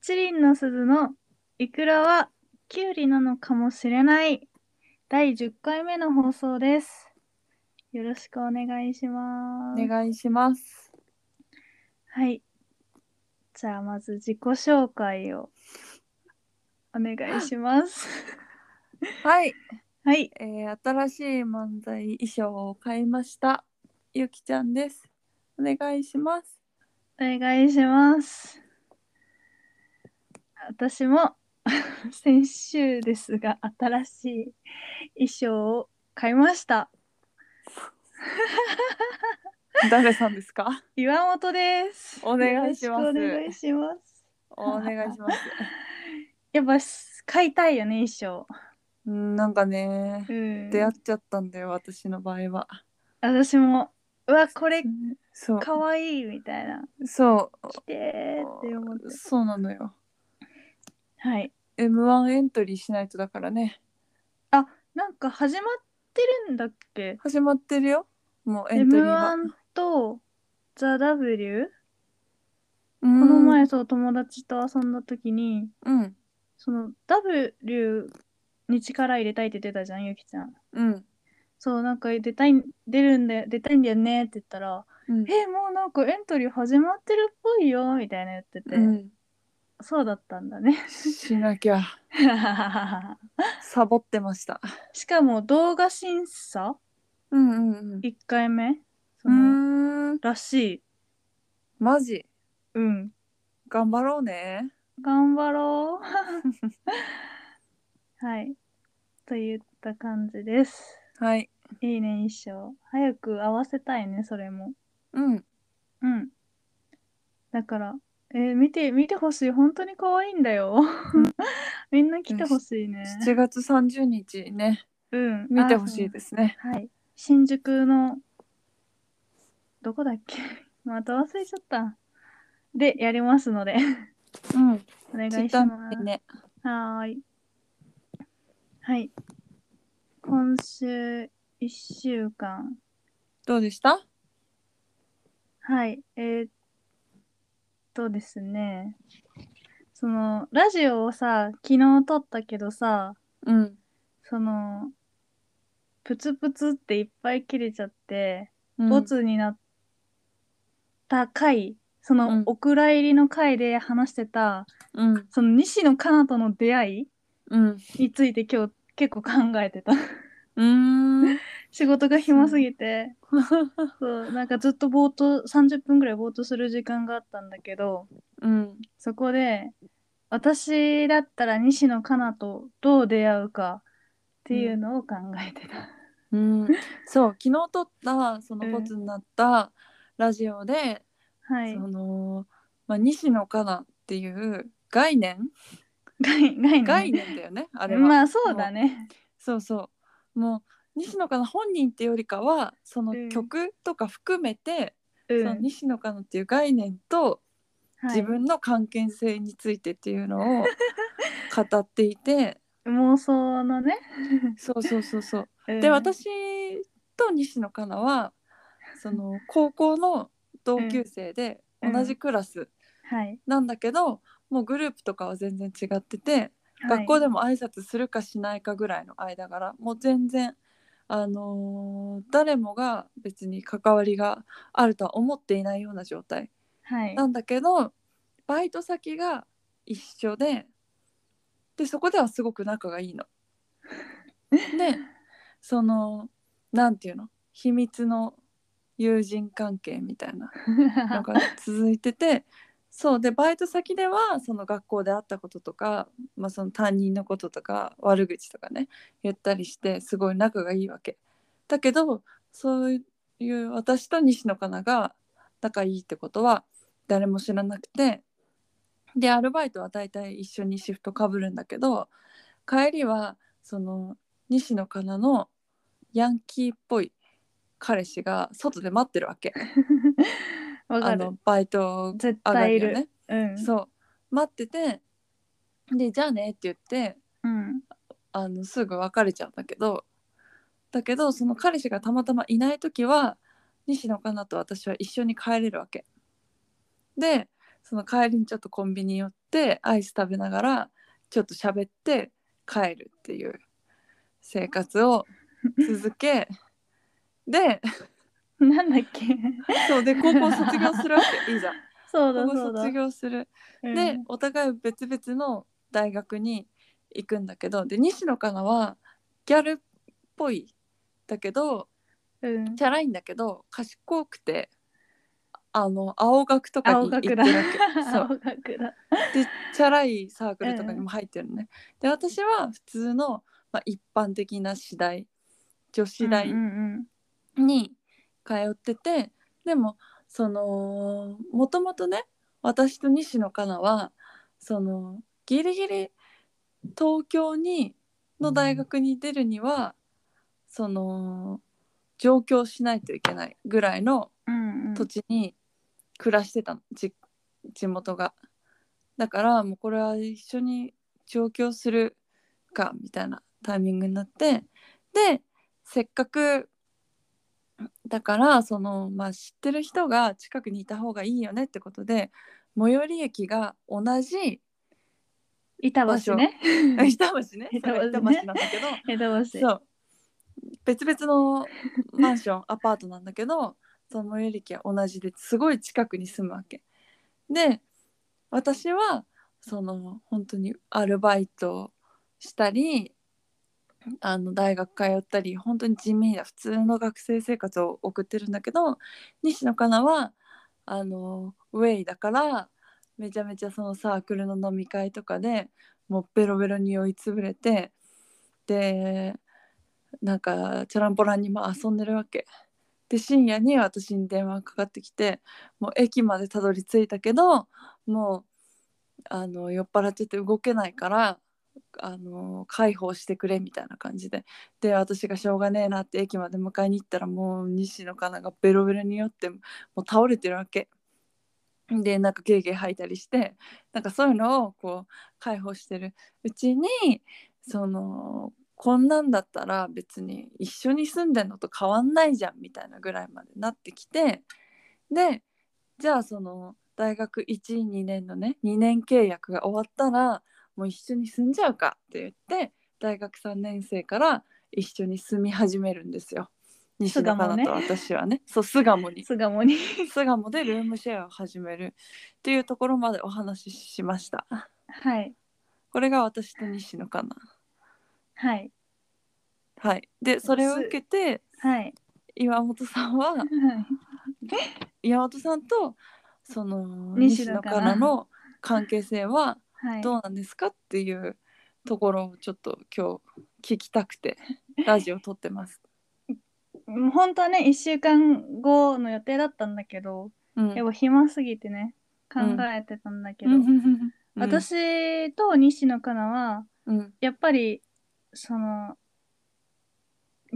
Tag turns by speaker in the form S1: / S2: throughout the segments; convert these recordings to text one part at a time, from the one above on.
S1: チリンの鈴のイクラはキュウリなのかもしれない第10回目の放送です。よろしくお願いしま
S2: お
S1: す。
S2: 願いします。
S1: はい。じゃあまず自己紹介をお願いし ます。
S2: はい、
S1: はい。
S2: えー新しい漫才衣装を買いました。ゆきちゃんです。お願いします。
S1: お願いします。私も 先週ですが新しい衣装を買いました。
S2: 誰さんですか？
S1: 岩本です。
S2: お願いします
S1: よろくお願いします。
S2: お願いします。
S1: やっぱ買いたいよね衣装。
S2: うん、なんかね、
S1: うん。
S2: 出会っちゃったんだよ私の場合は。
S1: 私もうわこれ
S2: そう、
S1: 可愛いみたいな
S2: そ
S1: 着てーって思って
S2: う、。そうなのよ。
S1: はい。
S2: M1 エントリーしないとだからね。
S1: なんか始まってるんだっけ
S2: 始まってるよ。もうエントリーは。
S1: ？M1 とザ・ W
S2: こ
S1: この前そう友達と遊んだ時に
S2: うん、
S1: その W に力入れたいって言ってたじゃんゆきちゃん。
S2: うん、
S1: そうなんか出たい出るんで出たいんだよねって言ったら
S2: うん
S1: 「えもうなんかエントリー始まってるっぽいよ」みたいな言ってて、
S2: うん、
S1: そうだったんだね
S2: しなきゃ。サボってました。
S1: しかも動画審査
S2: うんうんうん。
S1: 1回目そうの
S2: ーん、
S1: らしい
S2: マジ。
S1: うん
S2: 頑張ろうね。
S1: 頑張ろう はいといった感じです
S2: はい。
S1: いいね衣装早く合わせたいねそれも
S2: うん。
S1: うん。だから、えー見て、見てほしい。本当に可愛いんだよ。 みんな来てほしいね。
S2: 7月30日ね、
S1: うん。
S2: 見てほしい
S1: で
S2: ですね。
S1: す。はい。新宿の、どこだっけ また忘れちゃった。で、やりますので、
S2: うん。
S1: お願い
S2: ツイッ
S1: し
S2: ター
S1: ます。
S2: にね。
S1: はーい。はい。今週1週間。
S2: どうでした？
S1: はい、えーっとですね、そのラジオをさ、昨日撮ったけどさ、
S2: うん。
S1: そのプツプツっていっぱい切れちゃって、
S2: うん
S1: ボツになった回、その、
S2: うん
S1: お蔵入りの回で話してた、
S2: うん
S1: その西野カナとの出会
S2: うん。
S1: いについて今日結構考えてた。
S2: うーん。
S1: 仕事が暇すぎて、そう、なんかずっとぼーっと30分ぐらいぼーっとする時間があったんだけど、
S2: うん。
S1: そこで私だったら西野カナとどう出会うかっていうのを考えてた。
S2: うん。そう、昨日撮ったそのボツになったラジオで、
S1: はい
S2: そ。のまあ西野カナっていう概念、
S1: 概念。
S2: 概念だよね。あれは。
S1: まあそうだね。
S2: そうそうもう西野カナ本人っていうよりかはそ
S1: うん
S2: の曲とか含めて、
S1: うん。
S2: その西野カナっていう概念と
S1: はい
S2: 自分の関係性についてっていう のを語っていて、
S1: 妄想のね。
S2: そうそうそうそう。
S1: うん
S2: で、私と西野カナはその高校の同級生で
S1: うん
S2: 同じクラス
S1: はい。
S2: なんだけど、もうグループとかは全然違ってて、学校
S1: はい
S2: でも挨拶するかしないかぐらいの間柄もう全然、あのー誰もが別に関わりがあるとは思っていないような状態
S1: はい。
S2: なんだけどバイト先が一緒ででそこではすごく仲が いいの。でそのなんていうの秘密の友人関係みたいなのが続いててそうでバイト先ではその学校で会ったこととか、まあ、その担任のこととか悪口とかね言ったりしてすごい仲がいいわけだけどそういう私と西野カナが仲いいってことは誰も知らなくてでアルバイトは大体一緒にシフトかぶるんだけど帰りはその西野カナのヤンキーっぽい彼氏が外で待ってるわけ。
S1: わか
S2: あ
S1: る。
S2: のバイト
S1: 絶
S2: 上が
S1: 対
S2: り
S1: い
S2: よ
S1: る。
S2: ね、
S1: うん。
S2: そう待っててでじゃあねって言って
S1: うん。
S2: あのすぐ別れちゃうんだけどだけどその彼氏がたまたまいない時は西野カナと私は一緒に帰れるわけでその帰りにちょっとコンビニ寄ってアイス食べながらちょっと喋って帰るっていう生活を続けで
S1: なんだっけ
S2: そうで高校卒業するわけいいじゃん
S1: そうだ
S2: 高
S1: そう
S2: 校
S1: だ。
S2: 卒業する
S1: うん
S2: でお互い別々の大学に行くんだけどで西野カナはギャルっぽいだけど
S1: うん、
S2: チャラいんだけど賢くてあの青学とか
S1: 青
S2: に行って
S1: 学
S2: る
S1: だ
S2: わけ。そう
S1: 青学だ。
S2: でチャラいサークルとかにも入ってるのね。で私は普通の、まあ、一般的な私大女子大
S1: うんうん
S2: に通ってて、でもそのもともとね私と西野カナはそのギリギリ東京にの大学に出るにはその上京しないといけないぐらいの
S1: うんうん
S2: 土地に暮らしてたの、じ地元がだからもうこれは一緒に上京するかみたいなタイミングになってでせっかくだからその、まあ、知ってる人が近くにいた方がいいよねってことで最寄り駅が同じ
S1: 板橋ね。
S2: 板橋ね
S1: 板橋ね
S2: そう板橋なんだけど
S1: 板橋。
S2: そう別々のマンション アパートなんだけどその最寄り駅は同じですごい近くに住むわけで私はその本当にアルバイトしたりあの大学通ったり本当に地味な普通の学生生活を送ってるんだけど西野カナはあのウェイだからめちゃめちゃそのサークルの飲み会とかでもうベロベロに酔いつぶれてでなんかチャランポランにも遊んでるわけで深夜に私に電話がかかってきてもう駅までたどり着いたけどもうあの酔っ払っちゃって動けないからあの解放してくれみたいな感じでで私がしょうがねえなって駅まで迎えに行ったらもう西野カナがベロベロに酔ってもう倒れてるわけ。でなんかゲーゲー吐いたりしてなんかそういうのをこう解放してるうちにそのこんなんだったら別に一緒に住んでんのと変わんないじゃんみたいなぐらいまでなってきてでじゃあその大学12年のね2年契約が終わったらもう一緒に住んじゃうかって言って大学3年生から一緒に住み始めるんですよ西野カナと私はねそう巣鴨に
S1: 巣鴨に。
S2: 巣鴨でルームシェアを始めるっていうところまでお話ししました
S1: はい。
S2: これが私と西野かな
S1: はい。
S2: はいでそれを受けて
S1: はい。
S2: 岩本さんは岩本さんとその
S1: 西
S2: 西
S1: 野
S2: 野
S1: カ
S2: か
S1: ナ
S2: なの関係性は
S1: はい。
S2: どうなんですかっていうところをちょっと今日聞きたくてラジオ撮ってます、
S1: もう本当はね、一週間後の予定だったんだけど、
S2: うん、
S1: やっぱ暇すぎてね、考
S2: うん
S1: えてたんだけ
S2: う
S1: ど、
S2: んうん
S1: 私と西野カナは、
S2: うん
S1: やっぱり、その、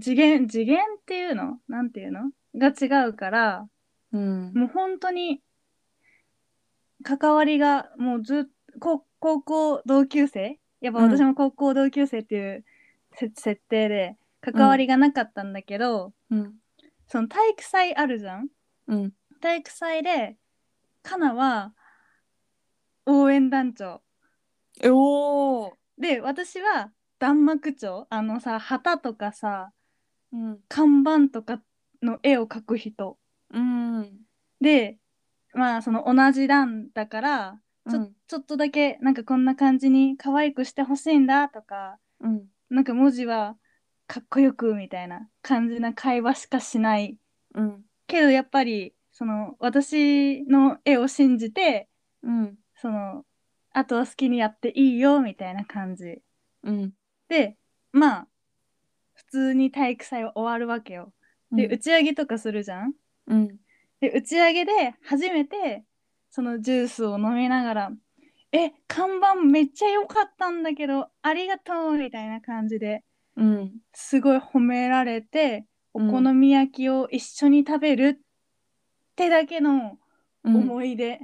S1: 次元、次元っていうのなんていうのが違うから、
S2: うん
S1: もう本当に、関わりが、もうずっと、高校同級生やっぱ私も高校同級生っていうせ、設定で、関わりがなかったんだけど、
S2: うん
S1: その体育祭あるじゃん
S2: うん
S1: 体育祭で、かなは、応援団長。
S2: えおー
S1: で、私は、弾幕長。あのさ、旗とかさ、
S2: うん
S1: 看板とかの絵を描く人。
S2: うん
S1: で、まあ、その同じ団だから、
S2: うん
S1: ちょっとだけなんかこんな感じに可愛くしてほしいんだとか
S2: うん
S1: なんか文字はかっこよくみたいな感じな会話しかしない
S2: うん
S1: けどやっぱりその私の絵を信じて
S2: うん
S1: そのあとは好きにやっていいよみたいな感じ
S2: うん
S1: でまあ普通に体育祭は終わるわけよで打ち上げとかするじゃん
S2: うん
S1: で打ち上げで初めてそのジュースを飲みながら「え看板めっちゃ良かったんだけどありがとう」みたいな感じで
S2: うん
S1: すごい褒められてお
S2: うん
S1: 好み焼きを一緒に食べるってだけの
S2: うん
S1: 思い出、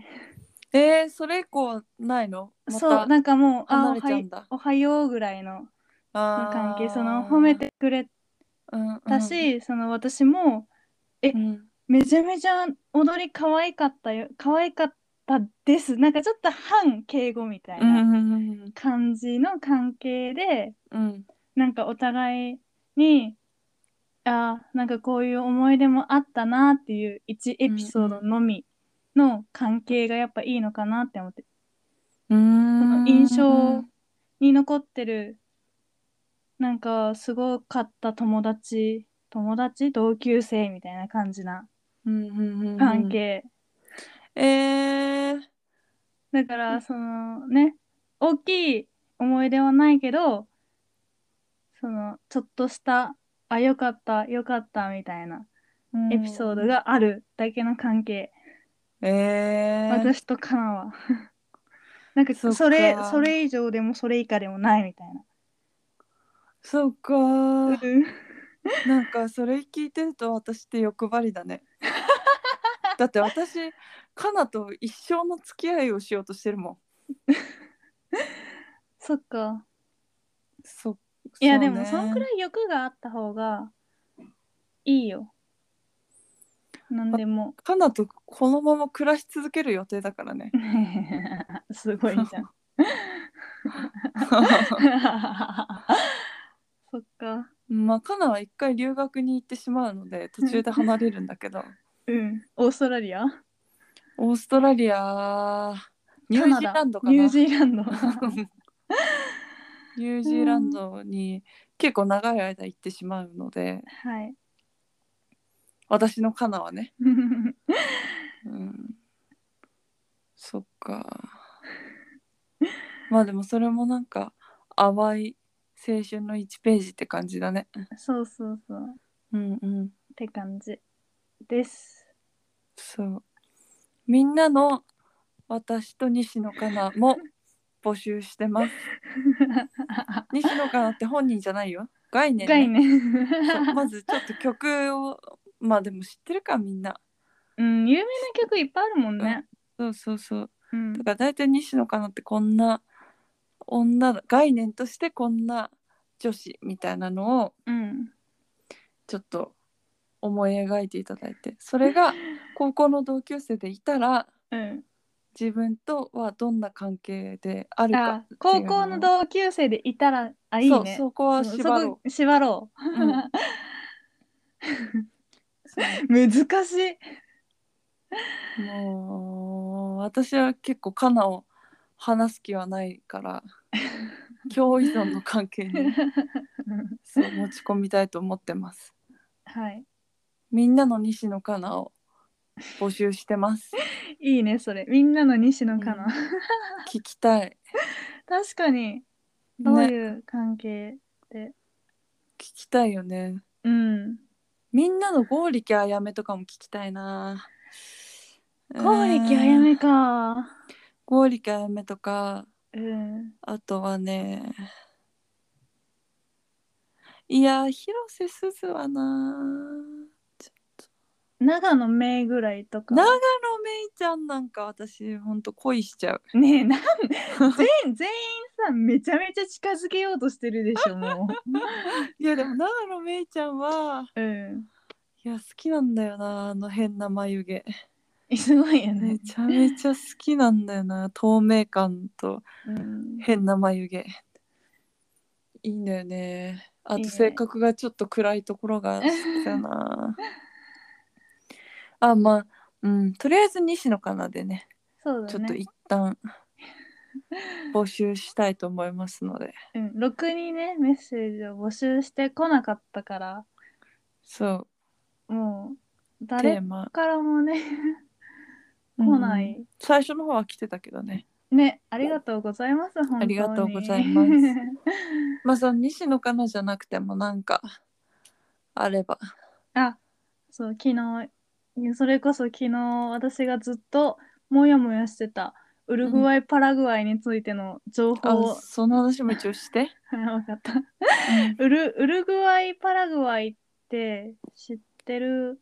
S2: えー、それ以降ないのまた
S1: そうなんかもう「あ
S2: 離
S1: おは
S2: れちゃう
S1: よ
S2: ん
S1: う
S2: だ。
S1: おはよう」ぐらいの
S2: あー
S1: 関係その褒め、てくれ
S2: うん
S1: た、し、その私も
S2: うん
S1: めちゃめちゃ踊り可愛かったよ可愛かっったですなんかちょっと反敬語みたい
S2: うんう
S1: なん
S2: うん
S1: 感じの関係で、
S2: うん
S1: なんかお互いにあーなんかこういう思い出もあったなっていう1エピソードのみの関係がやっぱいいのかなって思って
S2: うん
S1: の印象に残ってるなんかすごかった友達友達同級生みたいな感じな
S2: うんうんうん
S1: 関係、
S2: えー
S1: だからそのね大きい思い出はないけどそのちょっとしたあよかったよかったみたいなエピソードがあるだけの関係、
S2: えー
S1: 私とカナは なんか
S2: そっ
S1: そ
S2: か
S1: れそれ以上でもそれ以下でもないみたいな
S2: そうか
S1: う
S2: ー
S1: ん
S2: なんかそれ聞いてると私って欲張り だねだって私カナと一生の付き合いをしようとしてるもん
S1: そっか
S2: そ
S1: いや
S2: うね
S1: でもそんくらい欲があった方がいいよ。なんでも。
S2: カナとこのまま暮らし続ける予定だから ね
S1: すごいじゃん。そっか。
S2: まあカナは一回留学に行ってしまうので途中で離れるんだけど
S1: うん。オーストラリア
S2: オーストラリアニュージーランドかな
S1: ニュージーラン ド。
S2: ニュージーランドに結構長い間行ってしまうので
S1: はい。
S2: 私のカナはね、うん、そっかまあでもそれもなんか淡い青春の1ページって感じだね
S1: そうそうそう。っ
S2: うんうん
S1: て感じです。
S2: そうみんなの私と西野カナも募集してます西野カナって本人じゃないよ概念ね、
S1: 深いね。
S2: そうまずちょっと曲をまあでも知ってるかみんな
S1: うん、有名な曲いっぱいあるもんね。
S2: そうそうそう
S1: うん
S2: だ。から大体西野カナってこんな女だ概念としてこんな女子みたいなのを
S1: うん。
S2: ちょっと思い描いていただいてそれが高校の同級生でいたら
S1: うん。
S2: 自分とはどんな関係であるか
S1: あ高校の同級生でいたらあいい
S2: そう
S1: ね。
S2: そこは
S1: そ
S2: 縛ろ
S1: こ縛ろ
S2: う、うんそう
S1: う。難しい。
S2: もう私は結構カナを話す気はないから 共依存の関係にそう持ち込みたいと思ってます
S1: はい。
S2: みんなの西野カナを募集してます
S1: いいね、それ。みんなの西野かな。
S2: う聞きたい、
S1: 確かに、どう
S2: ね、聞
S1: いう関係で。
S2: きたいよね
S1: うん。
S2: みんなの剛力あやめとかも聞きたいな
S1: 剛力あや
S2: うん
S1: めか。
S2: 剛力あやめとか
S1: うん。
S2: あとはねいや広瀬すずはな
S1: 長野めいぐらいとか。
S2: 長野めいちゃんなんか私ほんと恋しちゃう
S1: ねえ、 なん、全、全員さ、めちゃめちゃ近づけようとしてるでしょ、も
S2: いやでも長野めいちゃんは
S1: う。うん。
S2: いや好きなんだよなあの変な眉毛
S1: すごいよ
S2: め
S1: ね。
S2: ちゃめちゃ好きなんだよな透明感と
S1: うん
S2: 変な眉毛いいんだよねあ
S1: いい
S2: と
S1: ね
S2: 性格がちょっと暗いところが好きだな あまあうんとりあえず西野かなでね
S1: そう
S2: ち
S1: だ
S2: ょっと
S1: ね。
S2: 一旦募集したいと思いますので
S1: うん、ろくにねメッセージを募集してこなかったから
S2: そう
S1: もう
S2: テー
S1: 誰
S2: マ
S1: からもね来な
S2: うん
S1: い、
S2: 最初の方は来てたけどね
S1: ねありがとうございます本当に
S2: ありがとうございますまあその西野カナじゃなくてもなんかあれば
S1: あそう昨日それこそ昨日私がずっとモヤモヤしてたウルグアイ・パラグアイについての情報を、
S2: あその話も一応して、
S1: 分かったウルウルグアイ・パラグアイって知ってる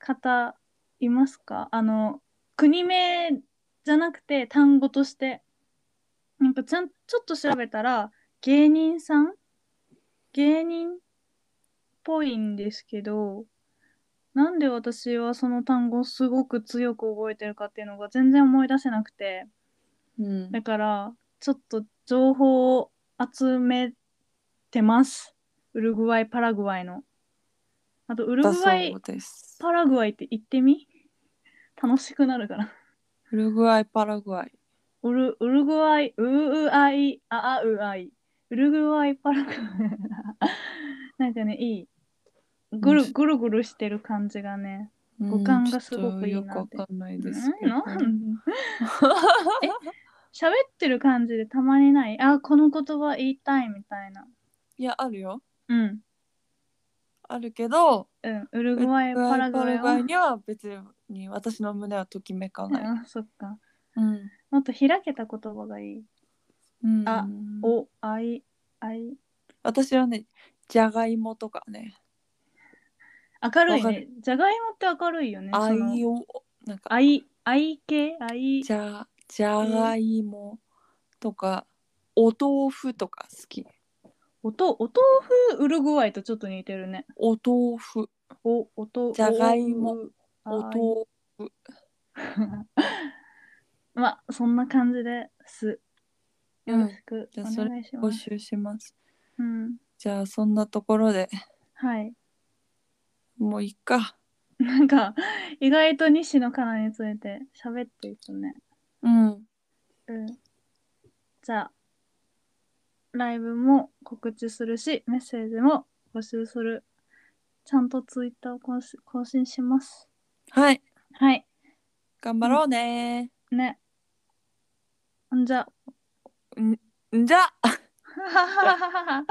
S1: 方いますかあの国名じゃなくて単語としてなんかちゃんちょっと調べたら芸人さん芸人っぽいんですけどなんで私はその単語をすごく強く覚えてるかっていうのが全然思い出せなくて
S2: うん
S1: だからちょっと情報を集めてますウルグアイパラグアイのあとウル
S2: だ
S1: グ
S2: そ
S1: アイ
S2: うです
S1: パラグアイって行ってみ楽しくなるかな
S2: ウルグアイパラグアイ
S1: ウルウルグアイウウアイアアウアイウルグアイパラグアイ なんかねいいぐるぐるぐるしてる感じがね
S2: うん
S1: 五感がすごくいいなって
S2: ちょっとよくわかんないです
S1: う
S2: け
S1: ん
S2: ど
S1: なん喋ってる感じでたまにないあこの言葉言いたいみたいない
S2: やあるよ
S1: うん
S2: あるけど
S1: うんウルグアイパラグアイ
S2: ウルグアイ
S1: は
S2: には別に私の胸はときめかない、
S1: あそっか
S2: うん
S1: もっと開けた言葉がいい
S2: うん、
S1: あおあいあい
S2: 私はねじゃがいもとかね
S1: 明るい
S2: わか
S1: ね
S2: る
S1: じゃがいもって明るいよね
S2: あ
S1: その
S2: いをなんか
S1: あいあい系あい
S2: じゃじゃがいもとかお豆腐とか好き
S1: おとお豆腐ウルグアイとちょっと似てるね
S2: お豆腐
S1: おおと
S2: じゃがいもお
S1: お
S2: 豆
S1: とまあそんな感じです
S2: う
S1: よ
S2: ん
S1: ろしく
S2: じゃあ
S1: お願いし
S2: 募
S1: ます、
S2: 集します
S1: うん
S2: じゃあそんなところで
S1: はい
S2: もういっか
S1: なんか意外と西野カナについて喋っていくね。
S2: うん
S1: うん。じゃあライブも告知するしメッセージも募集する。ちゃんとツイッターを更新更新します。
S2: はい
S1: はい。
S2: 頑張ろうね
S1: ね。んじゃ。
S2: んじゃ
S1: ははははは